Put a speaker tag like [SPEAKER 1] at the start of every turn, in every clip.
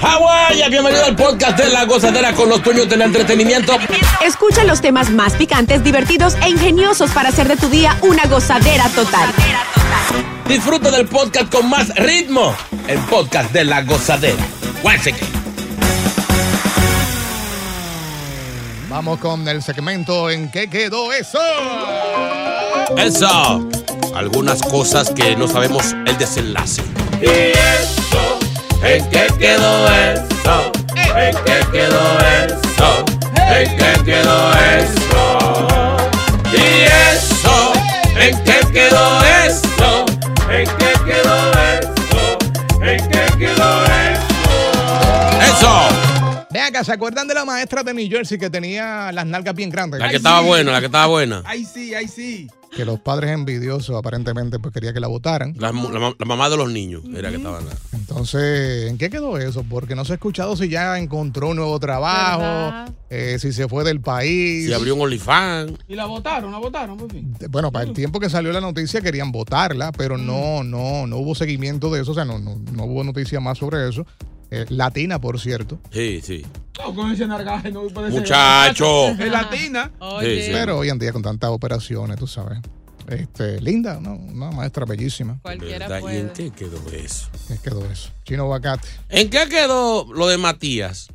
[SPEAKER 1] Hawái, bienvenido al podcast de La Gozadera con los dueños del entretenimiento.
[SPEAKER 2] Escucha los temas más picantes, divertidos e ingeniosos para hacer de tu día una gozadera total.
[SPEAKER 1] Disfruta del podcast con más ritmo. El podcast de La Gozadera. Guáchate.
[SPEAKER 3] Vamos con el segmento en que quedó eso.
[SPEAKER 1] Eso. Algunas cosas que no sabemos el desenlace. ¿Y eso? ¿En qué quedó eso? ¿En qué quedó eso? ¿En qué quedó eso? ¿Y eso? ¿En qué quedó eso? ¿En qué quedó eso? ¿En qué quedó eso? ¡Eso!
[SPEAKER 3] Vean acá, ¿se acuerdan de la maestra de New Jersey que tenía las nalgas bien grandes?
[SPEAKER 1] La que estaba buena, la que estaba buena.
[SPEAKER 4] Ahí sí, ahí sí.
[SPEAKER 3] Que los padres envidiosos aparentemente pues quería que la votaran.
[SPEAKER 1] La, mu- la ma- la mamá de los niños era que estaba. la-
[SPEAKER 3] Entonces, ¿en qué quedó eso? Porque no se ha escuchado si ya encontró un nuevo trabajo, eh, si se fue del país.
[SPEAKER 1] Si abrió un OnlyFans.
[SPEAKER 4] Y la votaron, la votaron, por fin.
[SPEAKER 3] Bueno, para el tiempo que salió la noticia querían votarla, pero no, no, no hubo seguimiento de eso, o sea, no, no, no hubo noticia más sobre eso. Eh, latina, por cierto.
[SPEAKER 1] Sí, sí.
[SPEAKER 4] No, con ese nargaje no puede ser.
[SPEAKER 1] Muchacho.
[SPEAKER 4] Es latina.
[SPEAKER 1] Sí, sí.
[SPEAKER 3] Pero hoy en día con tantas operaciones, tú sabes. Este, linda, ¿no? una maestra bellísima.
[SPEAKER 1] ¿Verdad? ¿Y en qué quedó eso?
[SPEAKER 3] ¿Qué quedó eso? Chino Bacate.
[SPEAKER 1] ¿En qué quedó lo de Matías?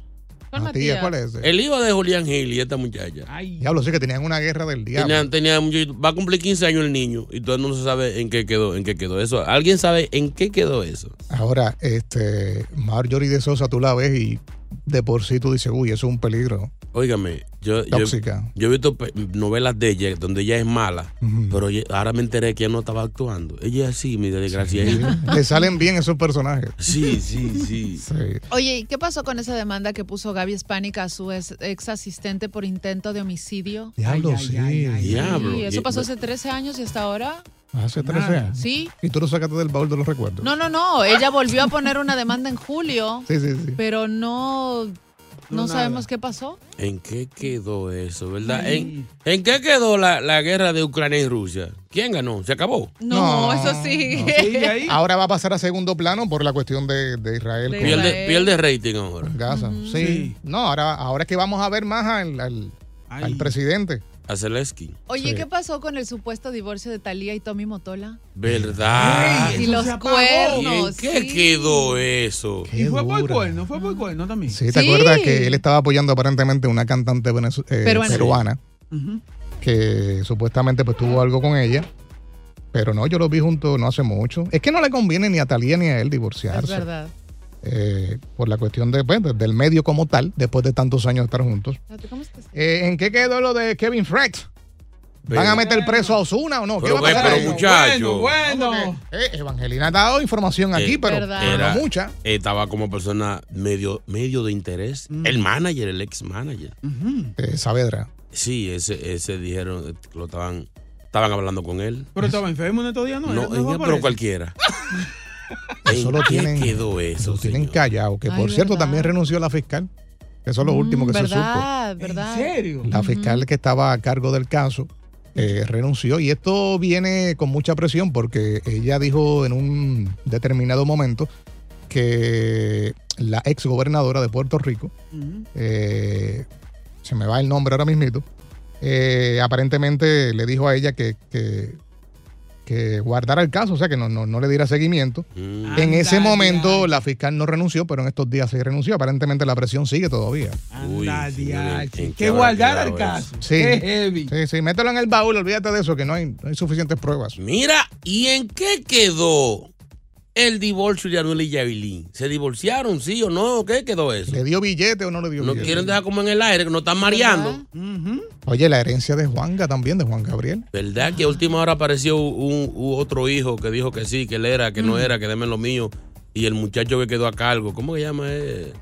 [SPEAKER 3] Matías, ¿cuál es ese?
[SPEAKER 1] El hijo de Julián Gil y esta muchacha.
[SPEAKER 4] Ay,
[SPEAKER 3] Diablo, sí que tenían una guerra del diablo.
[SPEAKER 1] Tenía, tenía mucho- va a cumplir 15 años el niño y todo el mundo sabe en qué quedó, en qué quedó eso. ¿Alguien sabe en qué quedó eso?
[SPEAKER 3] Ahora, este, Marjorie de Sosa, tú la ves y de por sí tú dices, uy, eso es un peligro.
[SPEAKER 1] Óigame, yo, yo,
[SPEAKER 3] Tóxica.
[SPEAKER 1] yo he visto pe- novelas de ella donde ella es mala,
[SPEAKER 3] Ujú.
[SPEAKER 1] pero oye, ahora me enteré que ella no estaba actuando. Ella es así, mi desgracia. Ella-
[SPEAKER 3] Le salen bien esos personajes.
[SPEAKER 1] Sí, sí, sí.
[SPEAKER 3] Sí.
[SPEAKER 5] Oye, ¿y qué pasó con esa demanda que puso Gaby Hispánica a su ex, ex asistente por intento de homicidio?
[SPEAKER 3] Diablo,
[SPEAKER 4] ay,
[SPEAKER 3] sí.
[SPEAKER 4] ay, ay.
[SPEAKER 1] Diablo.
[SPEAKER 5] Y eso pasó
[SPEAKER 1] Ella-
[SPEAKER 5] hace 13 años y hasta ahora,
[SPEAKER 3] Hace 13 años.
[SPEAKER 5] ¿sí?
[SPEAKER 3] Y tú lo sacaste del baúl de los recuerdos.
[SPEAKER 5] No, no, no, ella volvió a poner una demanda en julio,
[SPEAKER 3] Sí, sí, sí.
[SPEAKER 5] pero no,
[SPEAKER 4] No,
[SPEAKER 5] no sabemos
[SPEAKER 4] nada.
[SPEAKER 5] qué pasó.
[SPEAKER 1] ¿En qué quedó eso, verdad?
[SPEAKER 4] Sí.
[SPEAKER 1] ¿En, en qué quedó la, la guerra de Ucrania y Rusia? ¿Quién ganó? ¿Se acabó?
[SPEAKER 5] No,
[SPEAKER 3] No,
[SPEAKER 5] eso sí.
[SPEAKER 4] sigue ahí.
[SPEAKER 3] Ahora va a pasar a segundo plano por la cuestión de, de Israel
[SPEAKER 5] De
[SPEAKER 3] con
[SPEAKER 5] Israel.
[SPEAKER 1] Pierde, pierde rating ahora.
[SPEAKER 3] Gaza. Sí.
[SPEAKER 4] Sí.
[SPEAKER 3] No, ahora, ahora es que vamos a ver más al, al-
[SPEAKER 4] Ay.
[SPEAKER 3] al presidente.
[SPEAKER 1] A Zelensky.
[SPEAKER 5] Oye,
[SPEAKER 3] Sí.
[SPEAKER 5] ¿qué pasó con el supuesto divorcio de Talía y Tommy Motola?
[SPEAKER 1] ¿Verdad?
[SPEAKER 4] Ey,
[SPEAKER 5] Y
[SPEAKER 4] eso
[SPEAKER 5] los
[SPEAKER 4] se apagó.
[SPEAKER 1] ¿Y
[SPEAKER 5] cuernos.
[SPEAKER 1] en qué
[SPEAKER 5] sí.
[SPEAKER 1] quedó eso?
[SPEAKER 3] Qué
[SPEAKER 4] Y fue por
[SPEAKER 3] dura.
[SPEAKER 4] cuerno, fue por cuerno también.
[SPEAKER 3] Sí, ¿te
[SPEAKER 5] Sí.
[SPEAKER 3] acuerdas que él estaba apoyando aparentemente a una cantante venezu- eh,
[SPEAKER 5] Peruana.
[SPEAKER 3] peruana
[SPEAKER 1] Eh,
[SPEAKER 4] Ujú.
[SPEAKER 3] que supuestamente pues tuvo algo con ella? Pero no, yo lo vi junto no hace mucho. Es que no le conviene ni a Talía ni a él
[SPEAKER 5] Es
[SPEAKER 3] divorciarse.
[SPEAKER 5] verdad.
[SPEAKER 3] eh, por la cuestión de, pues, de- del medio como tal, después de tantos años de estar juntos.
[SPEAKER 5] ¿Cómo es que se-
[SPEAKER 3] Eh, ¿En qué quedó lo de Kevin Fred? ¿Van
[SPEAKER 1] Pero-
[SPEAKER 3] a meter preso a Osuna o no? ¿Qué
[SPEAKER 1] Pero
[SPEAKER 3] va a pasar
[SPEAKER 1] bueno,
[SPEAKER 3] ahí?
[SPEAKER 1] pero muchacho.
[SPEAKER 4] Bueno, bueno.
[SPEAKER 3] Eh, Evangelina ha dado información
[SPEAKER 1] Eh,
[SPEAKER 3] aquí, pero,
[SPEAKER 5] verdad.
[SPEAKER 3] pero
[SPEAKER 1] Era-
[SPEAKER 3] no mucha.
[SPEAKER 1] Estaba como persona medio, medio de interés.
[SPEAKER 3] Mm.
[SPEAKER 1] El manager, el ex manager.
[SPEAKER 4] Ujú.
[SPEAKER 3] Eh, Saavedra.
[SPEAKER 1] Sí, ese, ese dijeron, eh, lo estaban, estaban hablando con él.
[SPEAKER 4] Pero estaba enfermo en estos días, ¿no?
[SPEAKER 1] No,
[SPEAKER 4] Era-
[SPEAKER 1] en-
[SPEAKER 4] fue por
[SPEAKER 1] pero
[SPEAKER 4] eso.
[SPEAKER 1] cualquiera.
[SPEAKER 3] Eso lo
[SPEAKER 1] ¿En qué
[SPEAKER 3] tienen-
[SPEAKER 1] quedó eso?
[SPEAKER 3] Lo tienen
[SPEAKER 1] señor?
[SPEAKER 3] callado, que
[SPEAKER 5] Ay,
[SPEAKER 3] por cierto
[SPEAKER 5] ¿verdad?
[SPEAKER 3] también renunció la fiscal. Eso es lo último
[SPEAKER 5] Mm,
[SPEAKER 3] que
[SPEAKER 5] ¿Verdad?
[SPEAKER 4] ¿En
[SPEAKER 5] ¿Verdad?
[SPEAKER 4] serio?
[SPEAKER 3] se supo. La
[SPEAKER 5] Ujú.
[SPEAKER 3] fiscal que estaba a cargo del caso eh, renunció y esto viene con mucha presión porque ella dijo en un determinado momento que la ex gobernadora de Puerto Rico,
[SPEAKER 4] Ujú.
[SPEAKER 3] eh, se me va el nombre ahora mismito, eh, aparentemente le dijo a ella que, que, que guardara el caso, o sea, que no, no, no le diera seguimiento.
[SPEAKER 1] Mm.
[SPEAKER 4] Ah.
[SPEAKER 3] En ese
[SPEAKER 4] Anda,
[SPEAKER 3] momento
[SPEAKER 4] diablo.
[SPEAKER 3] la fiscal no renunció, pero en estos días sí renunció. Aparentemente la presión sigue todavía.
[SPEAKER 1] Uy,
[SPEAKER 4] Anda,
[SPEAKER 1] señores,
[SPEAKER 4] diache.
[SPEAKER 1] ¿en qué
[SPEAKER 4] Que
[SPEAKER 1] habrá
[SPEAKER 4] guardara el
[SPEAKER 1] quedado
[SPEAKER 4] caso.
[SPEAKER 3] Sí.
[SPEAKER 4] Qué heavy.
[SPEAKER 3] Sí, sí, mételo en el baúl, olvídate de eso, que no hay, no hay suficientes pruebas.
[SPEAKER 1] Mira, ¿y en qué quedó el divorcio de Anuel y Yailin. ¿Se divorciaron, sí o no? ¿Qué quedó eso?
[SPEAKER 3] ¿Le dio billete o no le dio
[SPEAKER 1] No
[SPEAKER 3] billete?
[SPEAKER 1] quieren dejar como en el aire, que no están mareando.
[SPEAKER 3] Oye, la herencia de Juanga también, de Juan Gabriel.
[SPEAKER 1] ¿Verdad que a última hora apareció un, un otro hijo que dijo que sí, que él era, que no era, que deme lo mío? Y el muchacho que quedó a cargo, ¿cómo que llama él?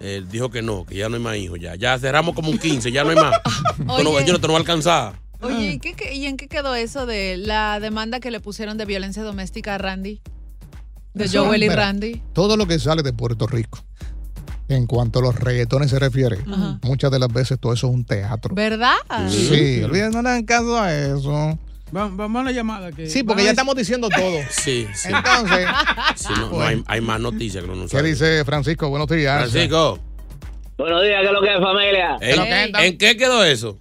[SPEAKER 1] Él dijo que no, que ya no hay más hijos, ya. Ya cerramos como un 15, ya no hay más. Esto no-
[SPEAKER 5] Oye.
[SPEAKER 1] esto no te lo va a alcanzar.
[SPEAKER 5] Oye, ¿y, qué- qué- y en qué quedó eso de la demanda que le pusieron de violencia doméstica a Randy? De
[SPEAKER 3] Eso,
[SPEAKER 5] Joel y
[SPEAKER 3] mira,
[SPEAKER 5] Randy.
[SPEAKER 3] Todo lo que sale de Puerto Rico, en cuanto a los reggaetones se refiere,
[SPEAKER 5] Ajá.
[SPEAKER 3] muchas de las veces todo eso es un teatro.
[SPEAKER 5] ¿Verdad?
[SPEAKER 3] Sí, olvídate, no le hagan caso a eso.
[SPEAKER 6] Va- Vamos a la llamada. Que
[SPEAKER 3] Sí,
[SPEAKER 6] van
[SPEAKER 3] porque
[SPEAKER 6] a
[SPEAKER 3] ya
[SPEAKER 6] decir-
[SPEAKER 3] estamos diciendo todo.
[SPEAKER 1] Sí, sí.
[SPEAKER 3] Entonces,
[SPEAKER 1] sí, no, no hay, hay más noticias que no nos
[SPEAKER 3] ¿qué
[SPEAKER 1] saben.
[SPEAKER 3] dice Francisco? Buenos días.
[SPEAKER 1] Francisco,
[SPEAKER 7] Buenos días, ¿qué es lo que es familia?
[SPEAKER 1] ¿en, en qué quedó eso?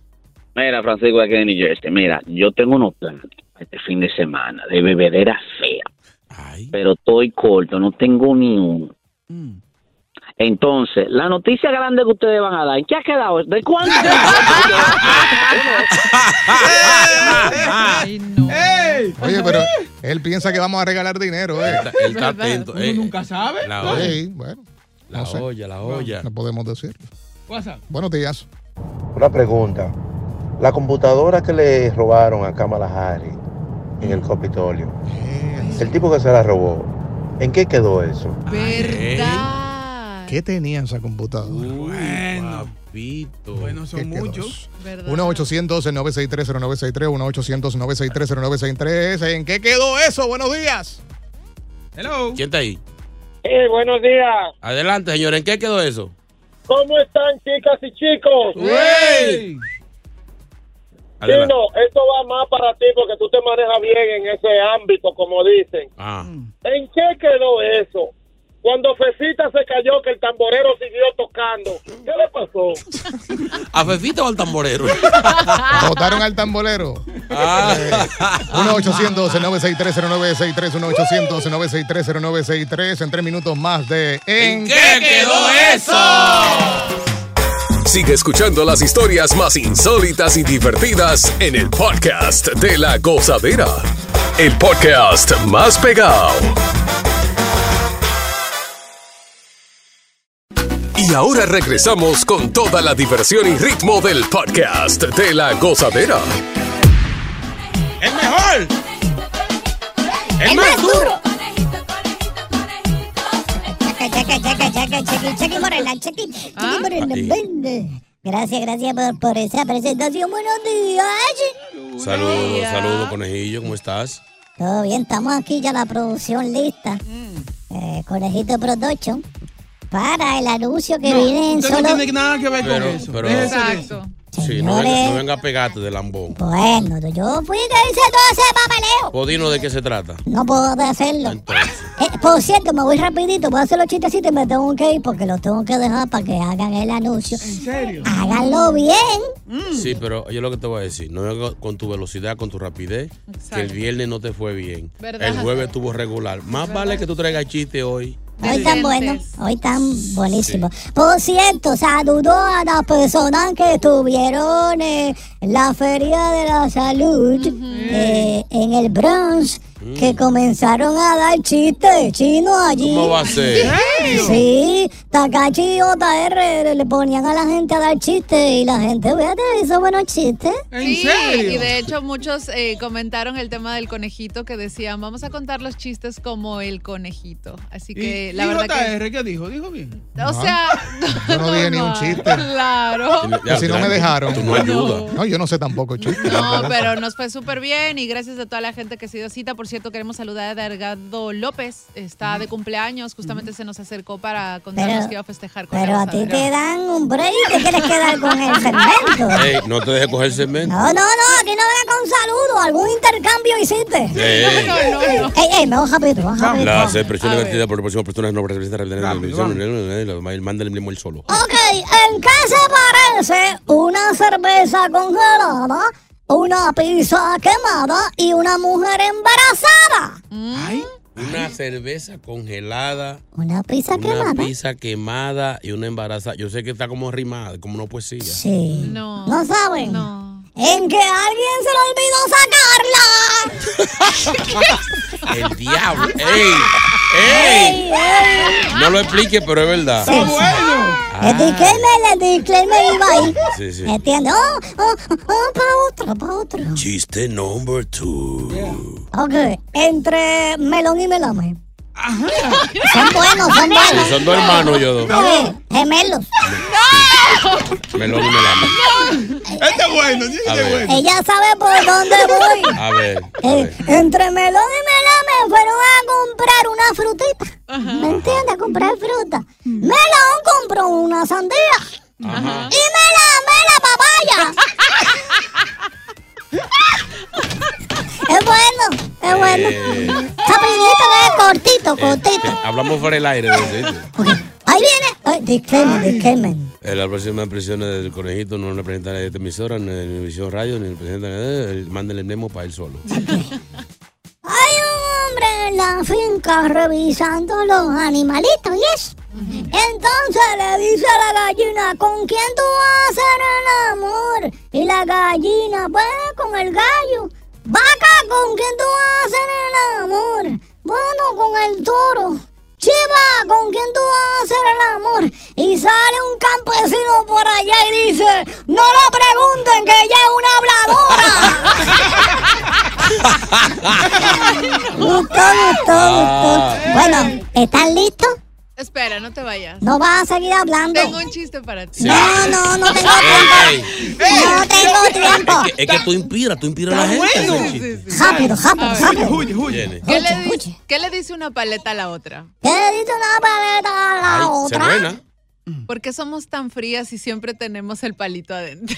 [SPEAKER 7] Mira, Francisco, aquí en New Jersey. Mira, yo tengo unos planes para este fin de semana de bebedera fea,
[SPEAKER 1] Ay,
[SPEAKER 7] pero estoy corto, no tengo ni uno. Entonces, la noticia grande que ustedes van a dar, ¿qué ha quedado? ¿De cuándo?
[SPEAKER 5] Ay, no.
[SPEAKER 6] ¡Ey!
[SPEAKER 3] Oye, pero él piensa que vamos a regalar dinero, ¿eh?
[SPEAKER 1] él está- él está
[SPEAKER 5] ¿Verdad?
[SPEAKER 1] atento.
[SPEAKER 6] Uno
[SPEAKER 1] eh.
[SPEAKER 6] nunca sabe.
[SPEAKER 1] La olla,
[SPEAKER 3] Sí, bueno,
[SPEAKER 1] la
[SPEAKER 3] no sé.
[SPEAKER 1] olla, la olla.
[SPEAKER 3] no podemos decir.
[SPEAKER 6] WhatsApp.
[SPEAKER 3] Buenos días.
[SPEAKER 7] Una pregunta. La computadora que le robaron a Kamala Harris en el Capitolio, el tipo que se la robó, ¿en qué quedó eso?
[SPEAKER 5] ¿Verdad?
[SPEAKER 3] ¿Qué tenía esa computadora?
[SPEAKER 6] Bueno.
[SPEAKER 1] Papito.
[SPEAKER 6] Bueno, son muchos.
[SPEAKER 5] ¿Verdad?
[SPEAKER 3] 1-800-963-0963, 1-800-963-0963. ¿En qué quedó eso? Buenos días.
[SPEAKER 6] Hello.
[SPEAKER 1] ¿Quién está ahí?
[SPEAKER 7] Sí, buenos días.
[SPEAKER 1] Adelante, señor, ¿en qué quedó eso?
[SPEAKER 7] ¿Cómo están, chicas y chicos?
[SPEAKER 6] ¡Ey!
[SPEAKER 1] Adelante.
[SPEAKER 7] Chino, esto va más para ti porque tú te manejas bien en ese ámbito, como dicen.
[SPEAKER 1] Ah,
[SPEAKER 7] ¿En qué quedó eso? Cuando Fefita se cayó, que el tamborero siguió tocando. ¿Qué le pasó?
[SPEAKER 1] ¿A Fefita o al tamborero?
[SPEAKER 3] Votaron al tambolero. Eh,
[SPEAKER 1] Ah,
[SPEAKER 3] 1-800-963-0963, 1-800-963-0963. En tres minutos más de
[SPEAKER 1] ¿En qué quedó eso?
[SPEAKER 8] Sigue escuchando las historias más insólitas y divertidas en el podcast de la gozadera. El podcast más pegado. Y ahora regresamos con toda la diversión y ritmo del podcast de la gozadera.
[SPEAKER 1] ¡El mejor! ¡El más duro!
[SPEAKER 5] Ah.
[SPEAKER 9] Gracias, gracias por, por esa presentación. Buenos días.
[SPEAKER 1] Saludos, saludos, conejillo, ¿cómo estás?
[SPEAKER 9] Todo bien, estamos aquí ya la producción lista.
[SPEAKER 6] Mm.
[SPEAKER 9] Eh, Conejito Production. Para el anuncio que viene en
[SPEAKER 6] Usted no
[SPEAKER 9] solo.
[SPEAKER 6] tiene nada que ver con
[SPEAKER 1] Pero-
[SPEAKER 6] eso.
[SPEAKER 1] pero-
[SPEAKER 6] Déjese de eso.
[SPEAKER 5] Exacto.
[SPEAKER 1] Sí, no venga, no venga a pegarte de lambón.
[SPEAKER 9] Bueno, yo fui que hice todo ese papeleo.
[SPEAKER 1] Podino, ¿de qué se trata?
[SPEAKER 9] No puedo hacerlo.
[SPEAKER 1] Entonces,
[SPEAKER 6] Mm.
[SPEAKER 9] Eh, por cierto, me voy rapidito, voy a hacer los chistecitos y me tengo que ir porque los tengo que dejar para que hagan el anuncio.
[SPEAKER 6] ¿En serio?
[SPEAKER 9] Háganlo bien.
[SPEAKER 1] sí, pero yo lo que te voy a decir, no venga con tu velocidad, con tu rapidez, que el
[SPEAKER 5] Exacto.
[SPEAKER 1] viernes no te fue bien.
[SPEAKER 5] ¿Verdad?
[SPEAKER 1] El jueves estuvo regular. Más vale que tú traigas chiste hoy.
[SPEAKER 9] Hoy tan bueno,
[SPEAKER 5] Decentes.
[SPEAKER 9] hoy tan buenísimo. Por cierto, saludó a las personas que estuvieron eh, en la Feria de la Salud eh, en el Bronx,
[SPEAKER 6] Mm.
[SPEAKER 9] que comenzaron a dar chistes chinos allí.
[SPEAKER 1] ¿Cómo va a ser?
[SPEAKER 9] Sí, Takachi y JR le ponían a la gente a dar chistes y la gente, fíjate, hizo buenos chistes.
[SPEAKER 6] ¿En
[SPEAKER 5] Sí,
[SPEAKER 6] serio?
[SPEAKER 5] y de hecho muchos eh, comentaron el tema del conejito que decían, vamos a contar los chistes como el conejito. Así que
[SPEAKER 6] ¿Y-
[SPEAKER 5] la
[SPEAKER 6] y
[SPEAKER 5] verdad que...
[SPEAKER 6] JR, ¿qué dijo? Dijo bien.
[SPEAKER 5] O
[SPEAKER 3] No,
[SPEAKER 5] sea...
[SPEAKER 3] yo no dije ni un
[SPEAKER 5] ma,
[SPEAKER 3] chiste.
[SPEAKER 5] Claro.
[SPEAKER 3] Pues si no me dejaron.
[SPEAKER 1] Tú no ayudas.
[SPEAKER 3] No, yo no sé tampoco, chicos.
[SPEAKER 5] No, pero nos fue súper bien y gracias a toda la gente que se dio cita. Por cierto, queremos saludar a Delgado López. Está de cumpleaños, justamente se nos acercó para contarnos
[SPEAKER 9] Pero-
[SPEAKER 5] que iba a festejar con
[SPEAKER 9] Pero
[SPEAKER 5] la
[SPEAKER 9] a ti te
[SPEAKER 5] gozadera.
[SPEAKER 9] dan un break y te quieres quedar con el fermento.
[SPEAKER 1] Ey, no te dejes coger cemento.
[SPEAKER 9] No, no, no, aquí no venga con saludo, algún intercambio hiciste.
[SPEAKER 1] Ey, ey.
[SPEAKER 5] No, no, no.
[SPEAKER 9] Ey, ey, me baja Pedro, baja Pedro.
[SPEAKER 1] Las expresiones
[SPEAKER 5] A
[SPEAKER 1] vertidas por próximas personas no representan la
[SPEAKER 6] Vamos, vamos.
[SPEAKER 1] televisión. Mándale el mismo el solo.
[SPEAKER 9] Ok, ¿en qué se parece una cerveza congelada, una pizza quemada y una mujer embarazada?
[SPEAKER 6] Ay,
[SPEAKER 1] Una cerveza congelada,
[SPEAKER 9] ¿Una pizza
[SPEAKER 1] una
[SPEAKER 9] quemada?
[SPEAKER 1] pizza quemada y una embarazada. Yo sé que está como rimada, como una poesía.
[SPEAKER 9] Sí.
[SPEAKER 5] No.
[SPEAKER 9] ¿No saben?
[SPEAKER 5] No.
[SPEAKER 9] En que alguien se le olvidó sacarla.
[SPEAKER 1] El diablo. ¡Ey! ¡Ey! No lo explique, pero es verdad.
[SPEAKER 10] Sí, sí.
[SPEAKER 1] Ah.
[SPEAKER 10] El disclaimer, el disclaimer iba ahí.
[SPEAKER 1] Sí, sí.
[SPEAKER 10] ¿Entiendes? Oh, oh, oh, pa' otro, pa' otro.
[SPEAKER 1] Chiste number two.
[SPEAKER 10] Ok, entre melón y melame. Son buenos, son buenos.
[SPEAKER 1] Sí, son dos hermanos yo dos.
[SPEAKER 10] Sí, gemelos.
[SPEAKER 1] Melón y melame.
[SPEAKER 10] Este es bueno,
[SPEAKER 1] A
[SPEAKER 10] este
[SPEAKER 1] ver. bueno.
[SPEAKER 10] Ella sabe por dónde voy.
[SPEAKER 1] A ver.
[SPEAKER 10] Eh, entre melón y melame fueron a comprar una frutita. ¿Me entiendes? A comprar fruta. Melón compró una sandía. Y melame la papaya. es bueno, es bueno.
[SPEAKER 1] Eh,
[SPEAKER 10] Rapidito, eh, cortito, cortito.
[SPEAKER 1] hablamos fuera del aire. de eso.
[SPEAKER 10] Ahí viene. Ay, disclaimer, disclaimer.
[SPEAKER 1] Eh, La próxima impresión del conejito no representa a esta emisora, ni la visión radio, ni representa nada. Él- Mándale el Nemo para él solo.
[SPEAKER 10] Hay un hombre en la finca revisando los animalitos, ¿y es? Entonces le dice a la gallina, ¿con quién tú vas a hacer el amor? Y la gallina, pues, con el gallo. Vaca, ¿con quién tú vas a hacer el amor? Bueno, con el toro. Chiva, ¿con quién tú vas a hacer el amor? Y sale un campesino por allá y dice, no le pregunten que ella es una habladora. Gustó, gustó, gustó.
[SPEAKER 1] Ah.
[SPEAKER 10] Bueno, ¿están listos?
[SPEAKER 5] Espera, no te vayas.
[SPEAKER 10] No vas a seguir hablando.
[SPEAKER 5] Tengo un chiste para ti.
[SPEAKER 1] Sí. No,
[SPEAKER 10] no, no tengo
[SPEAKER 1] Ey,
[SPEAKER 10] No tengo tiempo.
[SPEAKER 1] Es que, es que tú inspiras, tú inspiras a la gente.
[SPEAKER 10] bueno.
[SPEAKER 1] ese chiste.
[SPEAKER 10] Rápido, rápido, rápido.
[SPEAKER 1] Viene.
[SPEAKER 5] ¿Qué le, di- qué le dice una paleta a la otra?
[SPEAKER 10] ¿Qué le dice una paleta a la
[SPEAKER 1] Ay, se
[SPEAKER 10] otra?
[SPEAKER 1] buena.
[SPEAKER 5] ¿Por qué somos tan frías y siempre tenemos el palito adentro?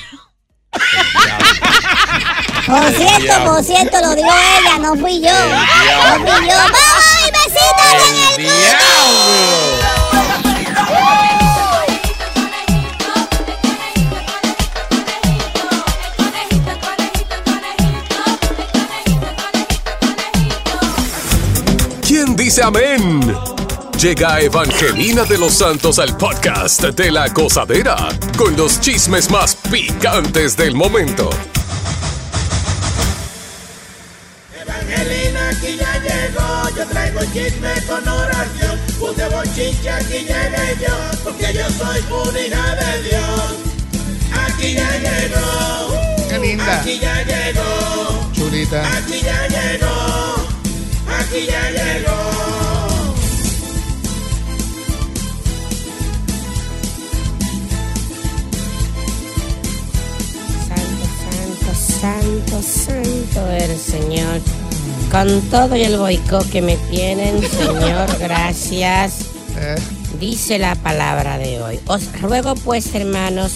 [SPEAKER 10] Por cierto,
[SPEAKER 1] diablo.
[SPEAKER 10] por cierto, lo dijo ella, no fui yo. No
[SPEAKER 1] diablo.
[SPEAKER 10] fui yo. ¡Vamos, besitos en el
[SPEAKER 1] ¡Diablo!
[SPEAKER 8] ¿Quién dice amén? Llega Evangelina de los Santos al podcast de la gozadera con los chismes más picantes del momento.
[SPEAKER 11] Angelina aquí ya llegó, yo traigo el chisme con oración. Puse bochinche, aquí llegué yo, porque yo soy una hija de Dios. Aquí ya llegó,
[SPEAKER 3] Qué linda.
[SPEAKER 11] aquí ya llegó,
[SPEAKER 3] Chulita.
[SPEAKER 11] aquí ya llegó, aquí ya llegó.
[SPEAKER 9] Santo, santo, santo eres, Señor. Con todo y el boicot que me tienen, Señor, gracias.
[SPEAKER 3] eh.
[SPEAKER 9] Dice la palabra de hoy. Os ruego pues, hermanos,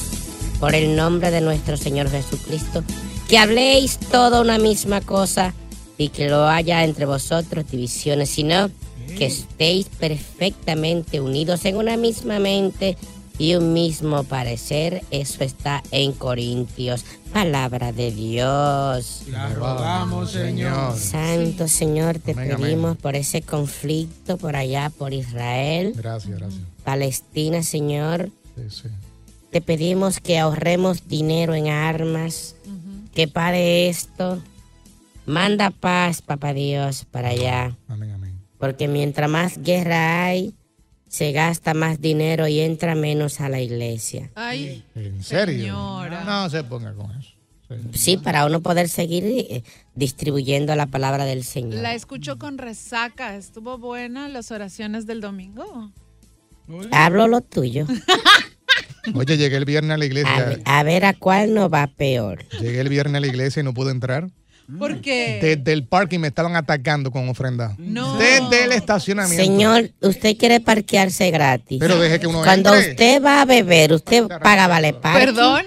[SPEAKER 9] por el nombre de nuestro Señor Jesucristo, que habléis toda una misma cosa y que no haya entre vosotros divisiones, sino que estéis perfectamente unidos en una misma mente y un mismo parecer. Eso está en Corintios. Palabra de Dios.
[SPEAKER 3] Vamos, Señor.
[SPEAKER 9] Santo Señor, te
[SPEAKER 3] Amén, amén.
[SPEAKER 9] pedimos por ese conflicto por allá, por Israel.
[SPEAKER 3] Gracias, gracias.
[SPEAKER 9] Palestina, Señor.
[SPEAKER 3] Sí, sí.
[SPEAKER 9] Te pedimos que ahorremos dinero en armas, que pare esto. Manda paz, papá Dios, para allá. Porque mientras más guerra hay, se gasta más dinero y entra menos a la iglesia.
[SPEAKER 5] Ay,
[SPEAKER 3] ¿En serio? No se ponga con eso.
[SPEAKER 9] Sí, para uno poder seguir eh, distribuyendo la palabra del Señor.
[SPEAKER 5] la escucho con resaca. ¿Estuvo buena las oraciones del domingo?
[SPEAKER 9] Hablo lo tuyo.
[SPEAKER 3] Oye, llegué el viernes a la
[SPEAKER 9] A,
[SPEAKER 3] iglesia.
[SPEAKER 9] ver- a ver a cuál nos va peor.
[SPEAKER 3] Llegué el viernes a la iglesia y no pude entrar.
[SPEAKER 9] Mm.
[SPEAKER 5] ¿Por qué?
[SPEAKER 3] Desde el parking me estaban atacando con ofrenda.
[SPEAKER 5] No.
[SPEAKER 3] Desde el estacionamiento.
[SPEAKER 9] Señor, usted quiere parquearse gratis.
[SPEAKER 3] Pero deje que uno
[SPEAKER 9] Cuando
[SPEAKER 3] entre.
[SPEAKER 9] usted va a beber, usted paga vale parking.
[SPEAKER 5] Perdón.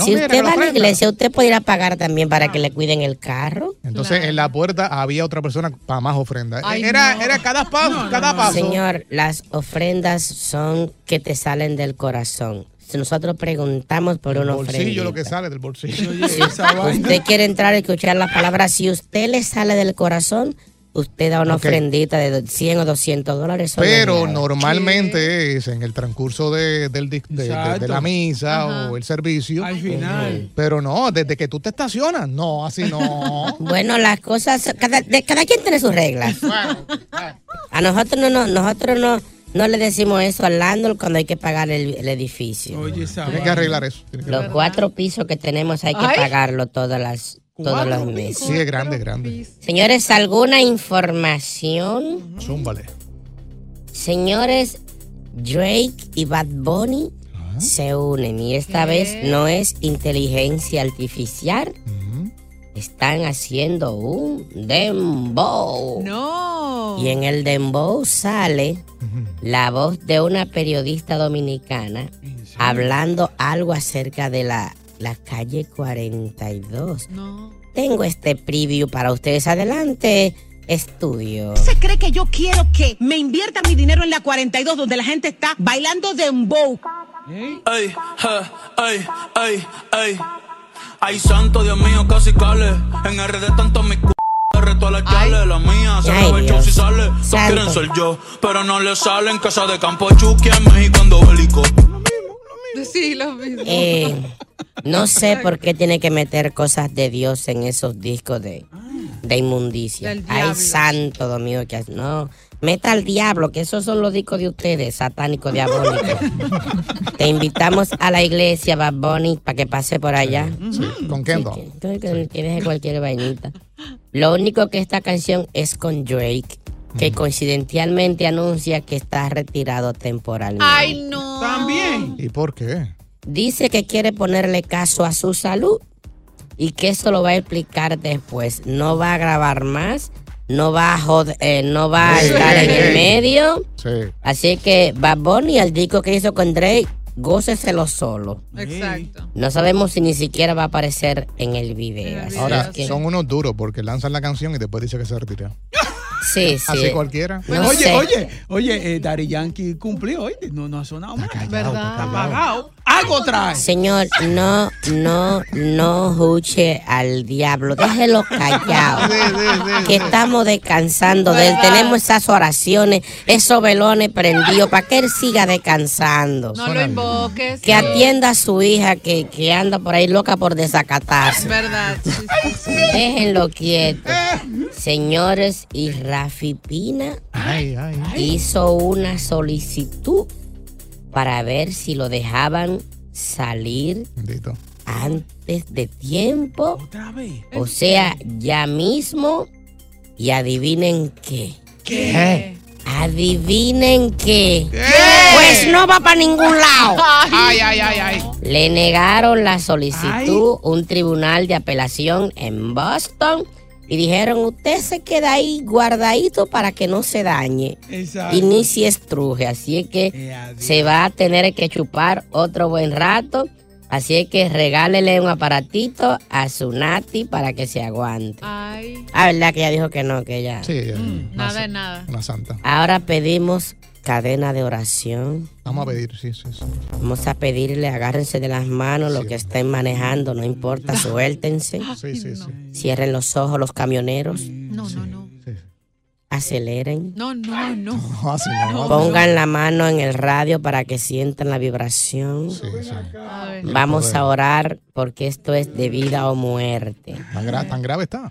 [SPEAKER 9] Si
[SPEAKER 3] No, mira,
[SPEAKER 9] usted
[SPEAKER 3] la
[SPEAKER 9] va a la
[SPEAKER 3] ofrenda.
[SPEAKER 9] iglesia, usted puede ir a pagar también para que le cuiden el carro.
[SPEAKER 3] Entonces en la puerta había otra persona para más ofrenda.
[SPEAKER 9] Ay,
[SPEAKER 3] era, era cada paso, cada paso.
[SPEAKER 9] Señor, las ofrendas son que te salen del corazón. Si nosotros preguntamos por una
[SPEAKER 3] bolsillo
[SPEAKER 9] ofrenda.
[SPEAKER 3] lo que sale del bolsillo.
[SPEAKER 9] Usted quiere entrar a escuchar la palabra. Si usted le sale del corazón, usted da una
[SPEAKER 3] Ok.
[SPEAKER 9] ofrendita de 100 o 200 dólares. eso no es
[SPEAKER 3] Pero
[SPEAKER 9] nada.
[SPEAKER 3] normalmente es en el transcurso de, del dis- de- de- de
[SPEAKER 9] Exacto.
[SPEAKER 3] la misa
[SPEAKER 9] Ajá.
[SPEAKER 3] o el servicio. Al
[SPEAKER 9] final.
[SPEAKER 3] Pero no, desde que tú te estacionas. No, así no.
[SPEAKER 9] Bueno, las cosas, cada, de- cada quien tiene sus reglas. A nosotros no, no, nosotros no, no le decimos eso al landlord cuando hay que pagar el, el edificio.
[SPEAKER 3] Tiene que arreglar eso. tiene que
[SPEAKER 9] Los
[SPEAKER 3] arreglar.
[SPEAKER 9] cuatro pisos que tenemos hay que
[SPEAKER 3] Ay.
[SPEAKER 9] pagarlo todas las, todos
[SPEAKER 3] Cuatro
[SPEAKER 9] los meses.
[SPEAKER 3] pisos. Sí, es grande, es grande.
[SPEAKER 9] Señores, ¿alguna información?
[SPEAKER 3] Zúmbale.
[SPEAKER 9] Señores, Drake y Bad Bunny
[SPEAKER 3] Ah.
[SPEAKER 9] se unen y esta vez no es inteligencia artificial. Están haciendo un dembow.
[SPEAKER 5] No.
[SPEAKER 9] Y en el dembow sale la voz de una periodista dominicana hablando algo acerca de la, la calle 42. Tengo este preview para ustedes. Adelante, estudio.
[SPEAKER 12] se cree que yo quiero que me inviertan mi dinero en la 42 donde la gente está bailando dembow?
[SPEAKER 13] Ay, ja, ay, ay, ay. Ay, santo Dios mío, casi cale. En RD tanto mi c. Reto a la chale, la mía se
[SPEAKER 11] Ay,
[SPEAKER 13] acaba el show
[SPEAKER 11] Dios.
[SPEAKER 13] si sale. Todos
[SPEAKER 11] Santo.
[SPEAKER 13] quieren ser yo, pero no le sale en casa de campo Chucky en México ando bélico.
[SPEAKER 5] Sí, lo mismo.
[SPEAKER 9] Eh, no sé por qué tiene que meter cosas de Dios en esos discos de, de inmundicia.
[SPEAKER 5] Del
[SPEAKER 9] Ay,
[SPEAKER 5] diablo.
[SPEAKER 9] santo domingo que hace- No, meta al diablo, que esos son los discos de ustedes, satánicos diabólicos. Te invitamos a la iglesia, Bad Bunny, para que pase por allá.
[SPEAKER 3] Con Kendall.
[SPEAKER 9] Creo que tienes de cualquier vainita. Lo único que esta canción es con Drake, que coincidentalmente anuncia que está retirado temporalmente.
[SPEAKER 5] Ay, no. También.
[SPEAKER 3] ¿Y por qué?
[SPEAKER 9] Dice que quiere ponerle caso a su salud y que eso lo va a explicar después. No va a grabar más, no va a, jod- eh, no va a estar en el medio.
[SPEAKER 3] Sí.
[SPEAKER 9] Así que Bad Bunny, el disco que hizo con Drake, góceselo solo.
[SPEAKER 5] Exacto.
[SPEAKER 9] No sabemos si ni siquiera va a aparecer en el video. así
[SPEAKER 3] Ahora,
[SPEAKER 9] es que-
[SPEAKER 3] son unos duros porque lanzan la canción y después dice que se retira.
[SPEAKER 9] Sí, sí.
[SPEAKER 3] Así cualquiera.
[SPEAKER 9] No
[SPEAKER 4] oye,
[SPEAKER 9] sé.
[SPEAKER 4] oye, oye, eh, Daddy Yankee cumplió, hoy, No, no ha sonado más.
[SPEAKER 9] ¿Verdad?
[SPEAKER 4] Apagado. Algo trae.
[SPEAKER 9] Señor, no, no, no juche al diablo. Déjelo callado. Que estamos descansando de él. Tenemos esas oraciones, esos velones prendidos para que él siga descansando.
[SPEAKER 5] No lo invoques.
[SPEAKER 9] Que atienda a su hija que, que anda por ahí loca por
[SPEAKER 5] Es
[SPEAKER 9] desacatarse.
[SPEAKER 5] verdad. sí, sí.
[SPEAKER 9] Déjenlo quieto. Señores, y Rafi Pina hizo una solicitud para ver si lo dejaban salir antes de tiempo.
[SPEAKER 4] Otra vez.
[SPEAKER 9] O sea, ya mismo. Y adivinen qué. ¿Qué? Adivinen qué. Pues no va para ningún lado.
[SPEAKER 4] Ay, ay, ay, ay.
[SPEAKER 9] Le negaron la solicitud un tribunal de apelación en Boston y dijeron, usted se queda ahí guardadito para que no se dañe.
[SPEAKER 4] Exacto.
[SPEAKER 9] Y ni si estruje. Así es que se va a tener que chupar otro buen rato. Así es que regálele un aparatito a su nati para que se aguante.
[SPEAKER 5] Ay,
[SPEAKER 9] Ah, verdad que ella dijo que no, que ella.
[SPEAKER 3] Sí, eh,
[SPEAKER 5] nada de nada.
[SPEAKER 3] una santa.
[SPEAKER 9] Ahora pedimos cadena de oración.
[SPEAKER 3] Vamos a pedir, sí, sí, sí.
[SPEAKER 9] Vamos a pedirle, agárrense de las manos, lo que estén manejando, no importa, suéltense.
[SPEAKER 3] Sí, sí, sí.
[SPEAKER 9] Cierren los ojos los camioneros.
[SPEAKER 5] No, no, no.
[SPEAKER 9] Aceleren.
[SPEAKER 5] No, no, no.
[SPEAKER 3] No, así no.
[SPEAKER 5] No.
[SPEAKER 9] Pongan la mano en el radio para que sientan la vibración. Vamos a orar porque esto es de vida o muerte.
[SPEAKER 3] Tan, gra- tan grave está.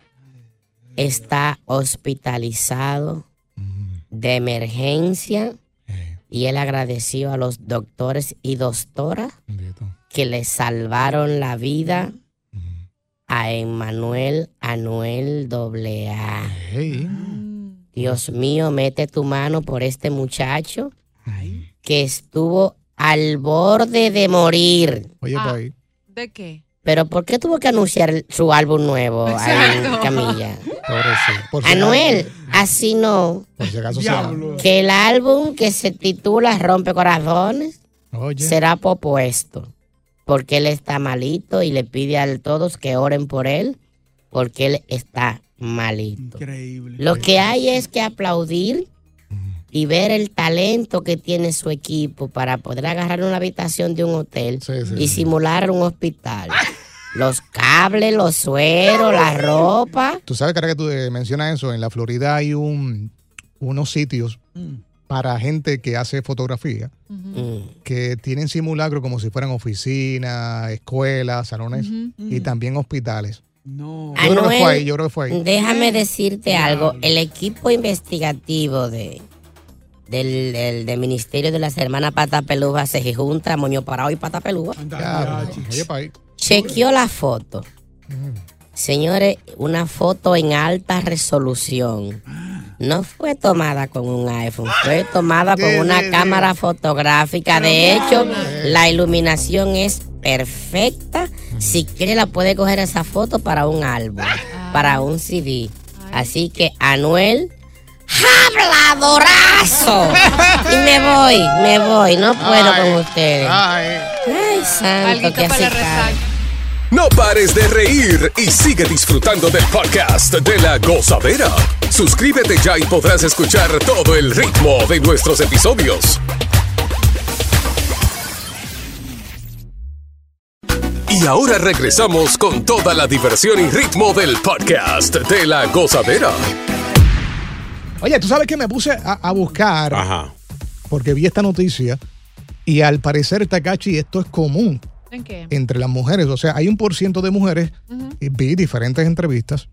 [SPEAKER 9] Está hospitalizado de emergencia y él agradeció a los doctores y doctoras que le salvaron la vida a Emmanuel Anuel AA. Dios mío, mete tu mano por este muchacho que estuvo al borde de morir.
[SPEAKER 3] Oye, ahí.
[SPEAKER 5] ¿De qué?
[SPEAKER 9] Pero ¿por qué tuvo que anunciar su álbum nuevo ahí en
[SPEAKER 5] Exacto.
[SPEAKER 9] Camilla?
[SPEAKER 3] Por si
[SPEAKER 9] Anuel, así no.
[SPEAKER 3] Por si acaso
[SPEAKER 9] Que el álbum que se titula Rompe Corazones
[SPEAKER 3] Oye.
[SPEAKER 9] será propuesto. Porque él está malito y le pide a todos que oren por él. Porque él está malito.
[SPEAKER 4] Increíble.
[SPEAKER 9] Lo que hay es que aplaudir y ver el talento que tiene su equipo para poder agarrar una habitación de un hotel y simular un hospital. Los cables, los sueros, la ropa.
[SPEAKER 3] Tú sabes, cara, que tú eh, mencionas eso. En la Florida hay un, unos sitios para gente que hace fotografía que tienen simulacro como si fueran oficinas, escuelas, salones y también hospitales.
[SPEAKER 4] No.
[SPEAKER 3] Yo creo que
[SPEAKER 9] Anuel,
[SPEAKER 3] fue ahí, yo creo que fue ahí.
[SPEAKER 9] Déjame decirte algo. El equipo investigativo de, del, del- del Ministerio de las Hermanas Patapeluja se junta, moño parado y Patapeluja.
[SPEAKER 3] pues,
[SPEAKER 9] Chequeó la foto. Señores, una foto en alta resolución. No fue tomada con un iPhone, fue tomada con
[SPEAKER 10] Sí,
[SPEAKER 9] una
[SPEAKER 10] sí, sí.
[SPEAKER 9] cámara fotográfica. De hecho, la iluminación es perfecta. Si quiere, la puede coger esa foto para un álbum, para un CD. Así que, Anuel, habladorazo. Y me voy, me voy. No puedo con ustedes.
[SPEAKER 10] Ah.
[SPEAKER 9] Ay, santo, que así cae.
[SPEAKER 8] No pares de reír y sigue disfrutando del podcast de la gozadera. Suscríbete ya y podrás escuchar todo el ritmo de nuestros episodios. Y ahora regresamos con toda la diversión y ritmo del podcast de la gozadera.
[SPEAKER 3] Oye, tú sabes que me puse a, a buscar
[SPEAKER 1] Ah.
[SPEAKER 3] porque vi esta noticia y al parecer, Takachi, esto es común
[SPEAKER 5] ¿En qué?
[SPEAKER 3] entre las mujeres. O sea, hay un por ciento de mujeres, y vi diferentes entrevistas,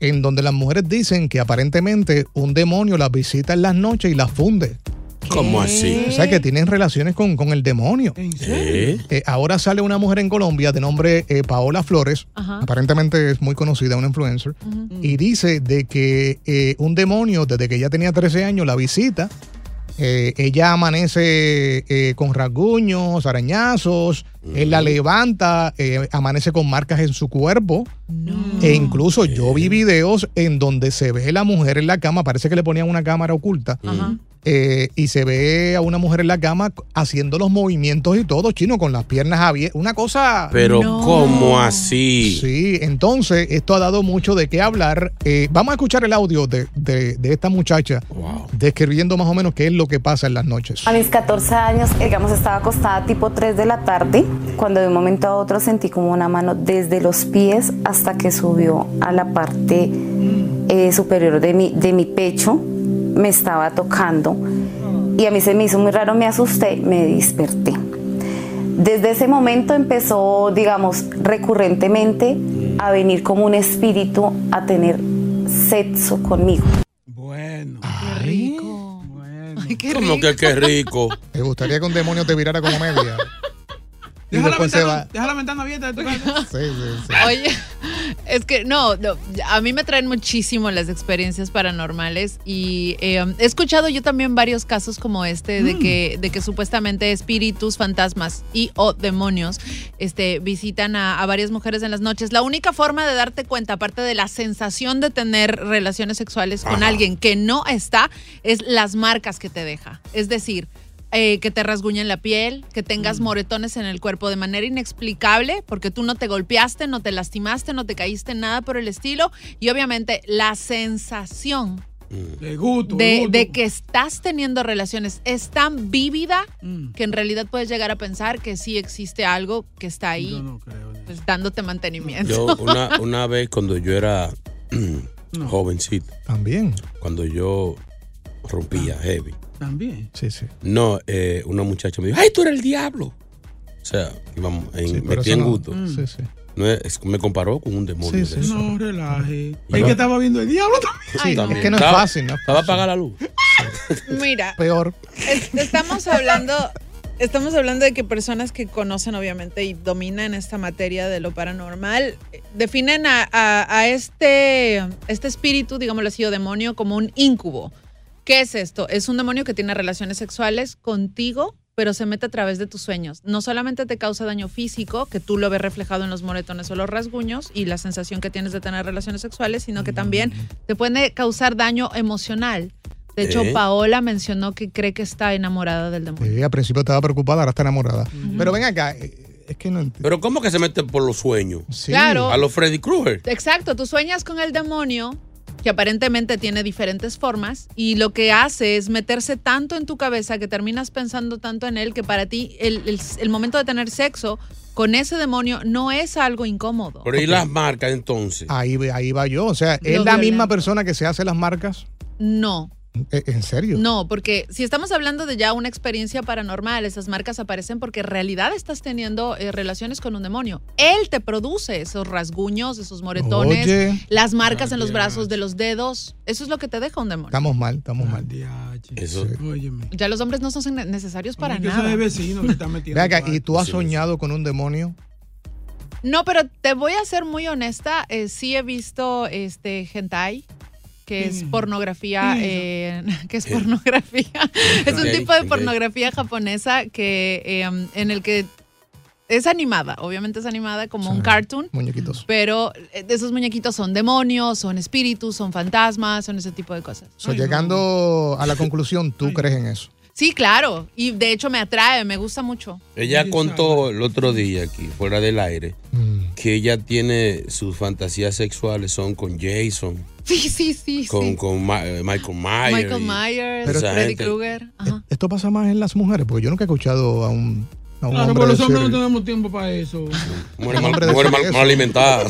[SPEAKER 3] en donde las mujeres dicen que aparentemente un demonio las visita en las noches y las funde.
[SPEAKER 1] ¿Cómo así?
[SPEAKER 3] O sea, que tienen relaciones con, con el demonio.
[SPEAKER 1] serio?
[SPEAKER 3] Eh, ahora sale una mujer en Colombia de nombre eh, Paola Flores,
[SPEAKER 1] Ajá.
[SPEAKER 3] aparentemente es muy conocida, una influencer, y dice de que eh, un demonio desde que ella tenía 13 años la visita. Eh, ella amanece eh, con rasguños, arañazos, él la levanta, eh, amanece con marcas en su cuerpo. E incluso yo vi videos en donde se ve la mujer en la cama, parece que le ponían una cámara oculta. eh, y se ve a una mujer en la cama haciendo los movimientos y todo, chino, con las piernas abiertas. Una cosa.
[SPEAKER 1] Pero ¿cómo así?
[SPEAKER 3] Sí, entonces esto ha dado mucho de qué hablar. Eh, vamos a escuchar el audio de, de- de esta muchacha describiendo más o menos qué es lo que pasa en las noches.
[SPEAKER 14] A mis 14 años, digamos, estaba acostada tipo 3 de la tarde, cuando de un momento a otro sentí como una mano desde los pies hasta que subió a la parte eh, superior de mi, de mi pecho, me estaba tocando y a mí se me hizo muy raro, me asusté, me desperté. Desde ese momento empezó, digamos, recurrentemente a venir como un espíritu a tener sexo conmigo.
[SPEAKER 1] ¿Cómo que qué rico?
[SPEAKER 3] ¿Te gustaría que un demonio te virara como media? y
[SPEAKER 4] Deja la,
[SPEAKER 3] después se
[SPEAKER 4] ventana,
[SPEAKER 3] va.
[SPEAKER 4] deja la ventana abierta de tu casa.
[SPEAKER 3] Sí, sí, sí.
[SPEAKER 5] Oye, es que no, no, a mí me traen muchísimo las experiencias paranormales y eh, he escuchado yo también varios casos como este de que de que supuestamente espíritus, fantasmas y o demonios este visitan a, a varias mujeres en las noches. La única forma de darte cuenta aparte de la sensación de tener relaciones sexuales con
[SPEAKER 15] Ajá.
[SPEAKER 5] alguien que no está es las marcas que te deja. Es decir, eh, que te rasguñen la piel, que tengas moretones en el cuerpo de manera inexplicable, porque tú no te golpeaste, no te lastimaste, no te caíste, nada por el estilo. Y obviamente la sensación
[SPEAKER 4] De gusto.
[SPEAKER 5] de, de que estás teniendo relaciones es tan vívida
[SPEAKER 4] Mm.
[SPEAKER 5] que en realidad puedes llegar a pensar que sí existe algo que está ahí pues, dándote
[SPEAKER 1] Yo
[SPEAKER 5] mantenimiento.
[SPEAKER 1] una, una vez cuando yo era jovencito.
[SPEAKER 3] También.
[SPEAKER 1] Cuando yo rompía heavy.
[SPEAKER 4] También.
[SPEAKER 3] Sí, sí.
[SPEAKER 1] No, eh, una muchacha me dijo, ¡ay, tú eres el diablo! O sea, íbamos, en,
[SPEAKER 3] Pero
[SPEAKER 1] metí
[SPEAKER 3] eso
[SPEAKER 1] en
[SPEAKER 3] no-
[SPEAKER 1] gusto.
[SPEAKER 3] Sí, sí.
[SPEAKER 1] No es- es- me comparó con un demonio.
[SPEAKER 3] Sí,
[SPEAKER 1] de
[SPEAKER 3] sí,
[SPEAKER 1] eso.
[SPEAKER 4] No, relaje. Es
[SPEAKER 1] ¿Verdad?
[SPEAKER 4] que estaba viendo el diablo también.
[SPEAKER 1] Sí, también.
[SPEAKER 3] es que no es
[SPEAKER 1] Estaba-
[SPEAKER 3] fácil, ¿no?
[SPEAKER 1] Estaba apagada la luz.
[SPEAKER 5] Mira,
[SPEAKER 3] Peor.
[SPEAKER 5] Es- estamos hablando estamos hablando de que personas que conocen obviamente y dominan esta materia de lo paranormal eh, definen a, a- a este este espíritu digámoslo así o demonio como un incubo qué es esto es un demonio que tiene relaciones sexuales contigo pero se mete a través de tus sueños. No solamente te causa daño físico, que tú lo ves reflejado en los moretones o los rasguños y la sensación que tienes de tener relaciones sexuales, sino que también te puede causar daño emocional. De hecho,
[SPEAKER 3] ¿Eh?
[SPEAKER 5] Paola mencionó que cree que está enamorada del demonio.
[SPEAKER 1] Mm.
[SPEAKER 3] Sí, pues, al principio estaba preocupada, ahora está enamorada. Pero ven acá, eh, es que no
[SPEAKER 1] Pero ¿cómo que se mete por los sueños?
[SPEAKER 5] Claro.
[SPEAKER 1] A los Freddy Krueger.
[SPEAKER 5] Exacto, tú sueñas con el demonio que aparentemente tiene diferentes formas y lo que hace es meterse tanto en tu cabeza que terminas pensando tanto en él que para ti el, el- el momento de tener sexo con ese demonio no es algo incómodo.
[SPEAKER 1] Pero ¿y las marcas entonces?
[SPEAKER 3] Ah, Ahí, ve- ahí va yo. O sea, ¿es
[SPEAKER 5] Lo
[SPEAKER 3] la
[SPEAKER 5] violento.
[SPEAKER 3] misma persona que se hace las marcas?
[SPEAKER 5] No,
[SPEAKER 3] Eh, ¿En serio?
[SPEAKER 5] No, porque si estamos hablando de ya una experiencia paranormal, esas marcas aparecen porque en realidad estás teniendo eh, relaciones con un demonio. Él te produce esos rasguños, esos moretones,
[SPEAKER 3] Oye.
[SPEAKER 5] las marcas en los
[SPEAKER 3] Adiós.
[SPEAKER 5] brazos de los dedos. Eso es lo que te deja un demonio.
[SPEAKER 3] Estamos mal, estamos mal.
[SPEAKER 1] Eso.
[SPEAKER 5] Ya los hombres no son ne- necesarios para
[SPEAKER 16] que
[SPEAKER 5] nada.
[SPEAKER 16] sabe vecino que está metiendo.
[SPEAKER 3] Ve acá, ¿y tú has soñado con un demonio?
[SPEAKER 5] No, pero te voy a ser muy honesta. eh, sí he visto este hentai, que es pornografía, eh, que es pornografía. es un
[SPEAKER 17] Hentai,
[SPEAKER 5] tipo de
[SPEAKER 17] hentai.
[SPEAKER 5] pornografía japonesa que eh, en el que es animada, obviamente es animada como un cartoon.
[SPEAKER 3] Muñequitos.
[SPEAKER 5] Pero eh, esos muñequitos son demonios, son espíritus, son fantasmas, son ese tipo de cosas.
[SPEAKER 3] So, llegando a la conclusión, ¿tú crees en eso?
[SPEAKER 5] Sí, claro. Y de hecho me atrae, me gusta mucho.
[SPEAKER 1] Ella contó el otro día aquí, fuera del aire, que ella tiene sus fantasías sexuales son con Jason,
[SPEAKER 5] Sí, sí, sí.
[SPEAKER 1] con,
[SPEAKER 5] sí.
[SPEAKER 1] con Ma- eh, Michael Myers.
[SPEAKER 5] Michael
[SPEAKER 1] y-
[SPEAKER 5] Myers,
[SPEAKER 1] Pero- Esa
[SPEAKER 5] Freddy
[SPEAKER 1] gente-
[SPEAKER 5] Krueger.
[SPEAKER 3] Esto pasa más en las mujeres, porque yo nunca he escuchado a un, a un
[SPEAKER 16] Claro,
[SPEAKER 3] hombre
[SPEAKER 16] pero los
[SPEAKER 3] decir-
[SPEAKER 16] hombres no tenemos tiempo para eso.
[SPEAKER 1] Mujer
[SPEAKER 3] Un
[SPEAKER 1] mal, mujer
[SPEAKER 3] hombre decir
[SPEAKER 1] mal-
[SPEAKER 3] eso.
[SPEAKER 1] mal alimentada.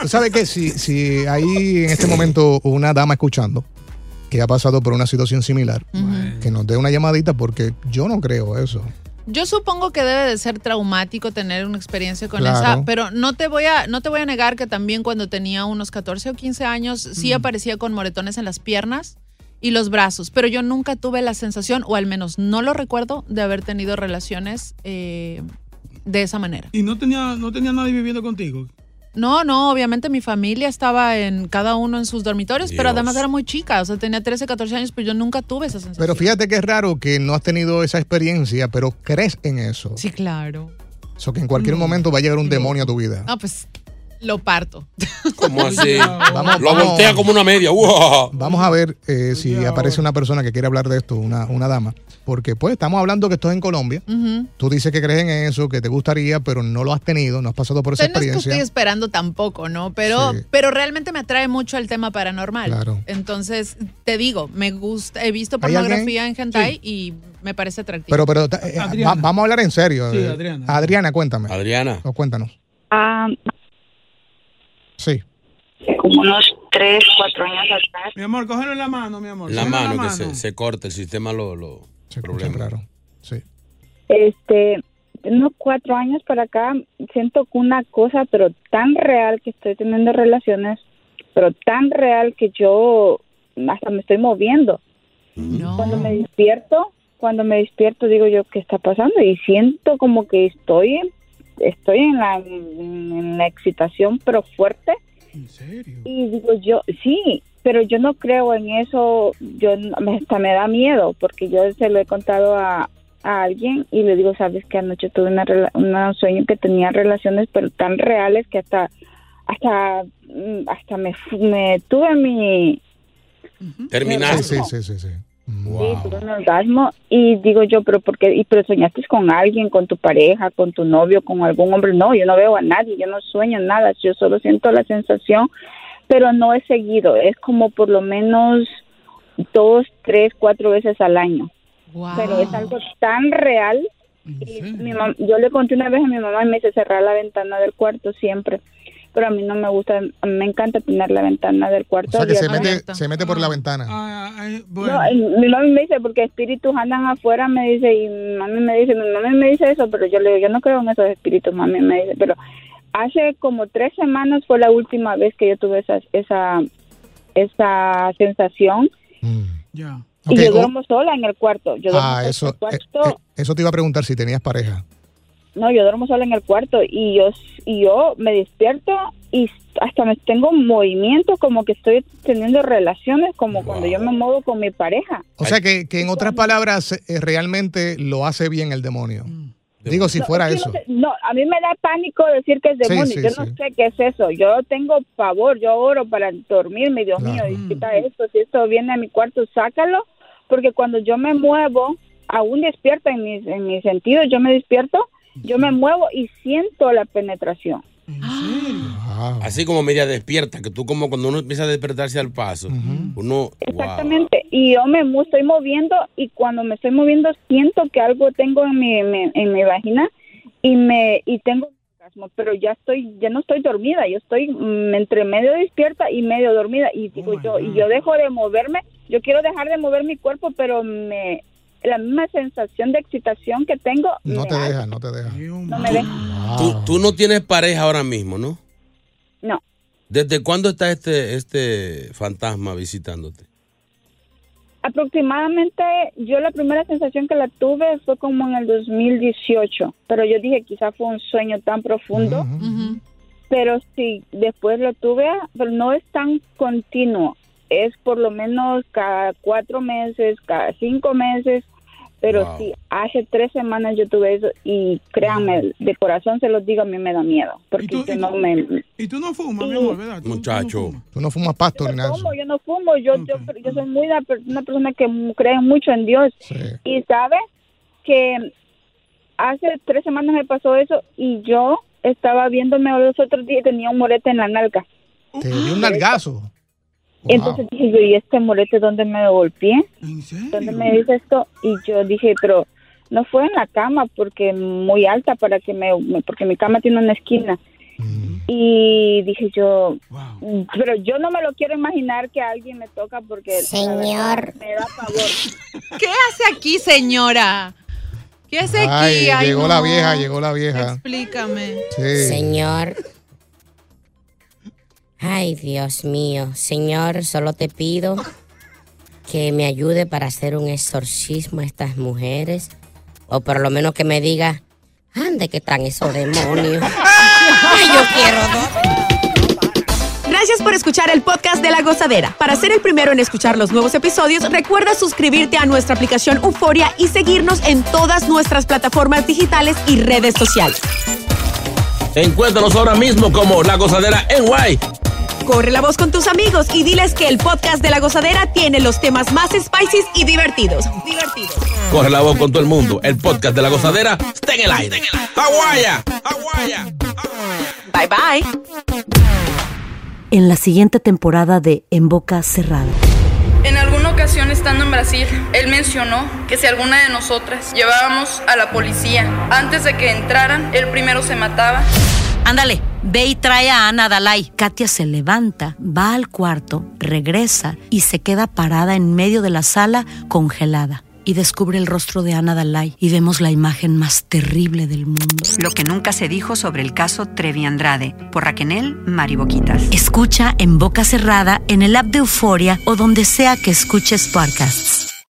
[SPEAKER 3] ¿Tú sabes qué? Si, si hay en este momento una dama escuchando que ha pasado por una situación similar, que nos dé una llamadita porque yo no creo eso.
[SPEAKER 5] Yo supongo que debe de ser traumático tener una experiencia con
[SPEAKER 3] Claro.
[SPEAKER 5] esa, pero no te voy a no te voy a negar que también cuando tenía unos 14 o 15 años sí
[SPEAKER 3] Mm.
[SPEAKER 5] aparecía con moretones en las piernas y los brazos, pero yo nunca tuve la sensación o al menos no lo recuerdo de haber tenido relaciones eh, de esa manera.
[SPEAKER 16] Y no tenía, no tenía nadie viviendo contigo.
[SPEAKER 5] No, no, obviamente mi familia estaba en cada uno en sus dormitorios, pero
[SPEAKER 3] Dios.
[SPEAKER 5] además era muy chica, o sea, tenía 13, 14 años, pero yo nunca tuve esa sensación.
[SPEAKER 3] Pero fíjate que es raro que no has tenido esa experiencia, pero crees en eso.
[SPEAKER 5] Sí, Mm. claro.
[SPEAKER 3] Eso que en cualquier momento va a llegar un demonio a tu vida.
[SPEAKER 5] No, pues lo parto.
[SPEAKER 1] Como así.
[SPEAKER 3] Vamos,
[SPEAKER 1] Lo
[SPEAKER 3] vamos.
[SPEAKER 1] voltea como una media. ¡Uah!
[SPEAKER 3] Vamos a ver
[SPEAKER 5] Pues
[SPEAKER 3] eh, si aparece una persona que quiere hablar de esto, una, una dama. Porque pues estamos hablando que esto es en Colombia.
[SPEAKER 5] Ujú.
[SPEAKER 3] Tú dices que crees en eso, que te gustaría, pero no lo has tenido, no has pasado por esa
[SPEAKER 5] Usted No es que
[SPEAKER 3] experiencia.
[SPEAKER 5] estoy esperando tampoco, ¿no? Pero,
[SPEAKER 3] Sí.
[SPEAKER 5] pero realmente me atrae mucho el tema paranormal.
[SPEAKER 3] Claro.
[SPEAKER 5] Entonces, te digo, me gusta, he visto
[SPEAKER 3] ¿Hay alguien?
[SPEAKER 5] pornografía en hentai y me parece atractivo.
[SPEAKER 3] Pero, pero ta- eh, va- vamos a hablar en serio.
[SPEAKER 5] Sí,
[SPEAKER 3] Eh,
[SPEAKER 5] Adriana.
[SPEAKER 3] Adriana, cuéntame.
[SPEAKER 1] Adriana.
[SPEAKER 3] O cuéntanos.
[SPEAKER 9] Ah,
[SPEAKER 3] Sí.
[SPEAKER 16] Como unos tres, cuatro años atrás. Mi amor, cógelo en la mano, mi amor.
[SPEAKER 1] La
[SPEAKER 16] Cógelo en
[SPEAKER 1] mano que se, se corta, el sistema lo. lo problema.
[SPEAKER 9] Este, unos cuatro años para acá, siento que una cosa, pero tan real que estoy teniendo relaciones, pero tan real que yo hasta me estoy moviendo. Cuando me despierto, cuando me despierto digo yo, ¿qué está pasando? Y siento como que estoy, estoy en la, en la excitación, pero fuerte. Y digo yo, sí, pero yo no creo en eso, yo no- me- hasta me da miedo, porque yo se lo he contado a, a alguien y le digo, sabes que anoche tuve una, rela- una- un sueño que tenía relaciones pero tan reales que hasta hasta mm, hasta me, fu- me tuve mi
[SPEAKER 1] Terminaste.
[SPEAKER 3] Sí, sí, sí, sí. sí.
[SPEAKER 9] sí, tuve un orgasmo y digo yo, pero porque y pero soñaste con alguien, con tu pareja, con tu novio, con algún hombre, no, yo no veo a nadie, yo no sueño nada, yo solo siento la sensación, pero no es seguido, es como por lo menos dos, tres, cuatro veces al año. Pero es algo tan real. Y mi mam- yo le conté una vez a mi mamá y me dice cerrar la ventana del cuarto siempre. Pero a mí no me gusta, a mí me encanta tener la ventana del
[SPEAKER 3] O
[SPEAKER 9] cuarto.
[SPEAKER 3] sea que se
[SPEAKER 9] abierta.
[SPEAKER 3] mete, se mete
[SPEAKER 9] Ah.
[SPEAKER 3] por la ventana.
[SPEAKER 9] No, y mi mami me dice, porque espíritus andan afuera, me dice, y mi mami me dice, mi mami me dice eso, pero yo le digo, yo no creo en esos espíritus, mami me dice, pero hace como tres semanas fue la última vez que yo tuve esa, esa, esa sensación.
[SPEAKER 3] Mm. Ok,
[SPEAKER 9] Y yo
[SPEAKER 3] o-
[SPEAKER 9] duermo sola en el cuarto. Yo duermo
[SPEAKER 3] Ah,
[SPEAKER 9] sola
[SPEAKER 3] eso,
[SPEAKER 9] en el
[SPEAKER 3] eh,
[SPEAKER 9] cuarto.
[SPEAKER 3] eh, eso te iba a preguntar si tenías pareja.
[SPEAKER 9] No, yo duermo sola en el cuarto y yo y yo me despierto y hasta me tengo movimiento como que estoy teniendo relaciones como cuando yo me muevo con mi pareja.
[SPEAKER 3] O sea que, que en otras palabras, eh, realmente lo hace bien el demonio. Digo, si
[SPEAKER 9] No,
[SPEAKER 3] fuera
[SPEAKER 9] es que
[SPEAKER 3] eso.
[SPEAKER 9] no sé- No, a mí me da pánico decir que es
[SPEAKER 3] Sí,
[SPEAKER 9] demonio.
[SPEAKER 3] sí,
[SPEAKER 9] yo no
[SPEAKER 3] sí.
[SPEAKER 9] sé qué es eso. Yo tengo pavor, yo oro para dormirme. Dios mío, quita esto. Si esto viene a mi cuarto, sácalo. Porque cuando yo me muevo, aún despierta en mis, en mis sentidos, yo me despierto, yo me muevo y siento la penetración.
[SPEAKER 1] Así como media despierta, que tú como cuando uno empieza a despertarse al paso, uno. Wow.
[SPEAKER 9] Exactamente. Y yo me mu- estoy moviendo y cuando me estoy moviendo siento que algo tengo en mi, mi- en mi vagina y me y tengo un orgasmo, pero ya estoy ya no estoy
[SPEAKER 3] Oh
[SPEAKER 9] dormida, yo estoy mm, entre medio despierta y medio dormida y digo yo y yo dejo de moverme yo quiero dejar de mover mi cuerpo, pero me la misma sensación de excitación que tengo
[SPEAKER 3] No
[SPEAKER 9] me
[SPEAKER 3] te
[SPEAKER 9] da-
[SPEAKER 3] deja, no te deja.
[SPEAKER 9] no me deja.
[SPEAKER 1] Tú, tú no tienes pareja ahora mismo, ¿no?
[SPEAKER 9] No.
[SPEAKER 1] ¿Desde cuándo está este, este fantasma visitándote?
[SPEAKER 9] Aproximadamente yo la primera sensación que la tuve fue como en el 2018, pero yo dije quizás fue un sueño tan profundo, pero sí, después lo tuve, pero no es tan continuo, es por lo menos cada cuatro meses, cada cinco meses, pero
[SPEAKER 1] Wow.
[SPEAKER 9] sí, hace tres semanas yo tuve eso y créanme, de corazón se los digo, a mí me da miedo, porque yo no me...
[SPEAKER 3] ¿Y tú no fumas,
[SPEAKER 9] mi amor,
[SPEAKER 1] Muchacho.
[SPEAKER 3] Tú no fumas pasto ni nada. de eso.
[SPEAKER 9] fumo, yo no fumo, yo, yo, yo soy muy una, per- una persona que mu- cree mucho en Dios. Y sabe que hace tres semanas me pasó eso y yo estaba viéndome los otros días y tenía un morete en la nalga.
[SPEAKER 3] Te dio un nalgazo.
[SPEAKER 9] Entonces dije yo, ¿y este morete dónde me golpeé? ¿Dónde me hice esto? Y yo dije, pero no fue en la cama porque muy alta para que me, me- porque mi cama tiene una esquina. Y dije yo, pero yo no me lo quiero imaginar que alguien me toca porque la verdad, me da pavor.
[SPEAKER 5] ¿Qué hace aquí, señora? ¿Qué hace aquí?
[SPEAKER 3] Ay,
[SPEAKER 5] Ay,
[SPEAKER 3] llegó
[SPEAKER 5] no.
[SPEAKER 3] la vieja, llegó la vieja.
[SPEAKER 5] Explícame.
[SPEAKER 3] Sí.
[SPEAKER 18] Señor. Ay, Dios mío. Señor, solo te pido que me ayude para hacer un exorcismo a estas mujeres. O por lo menos que me diga, ande, que están esos demonios. Ay, yo quiero dos.
[SPEAKER 19] Gracias por escuchar el podcast de La Gozadera. Para ser el primero en escuchar los nuevos episodios, recuerda suscribirte a nuestra aplicación Euforia y seguirnos en todas nuestras plataformas digitales y redes sociales.
[SPEAKER 1] Encuéntranos ahora mismo como La Gozadera en Guay.
[SPEAKER 19] Corre la voz con tus amigos y diles que el podcast de La Gozadera tiene los temas más spicy y divertidos. Divertidos.
[SPEAKER 1] Corre la voz con todo el mundo. El podcast de La Gozadera está en el aire. ¡Aguaya!
[SPEAKER 19] Bye bye.
[SPEAKER 20] En la siguiente temporada de En Boca Cerrada.
[SPEAKER 21] En alguna ocasión estando en Brasil, él mencionó que si alguna de nosotras llevábamos a la policía antes de que entraran, él primero se mataba.
[SPEAKER 20] Ándale, ve y trae a Ana Dalai. Katia se levanta, va al cuarto, regresa y se queda parada en medio de la sala congelada. Y descubre el rostro de Ana Dalai y vemos la imagen más terrible del mundo.
[SPEAKER 16] Lo que nunca se dijo sobre el caso Trevi Andrade por Raquel Mariboquitas.
[SPEAKER 20] Escucha en boca cerrada, en el app de Euforia o donde sea que escuches podcasts.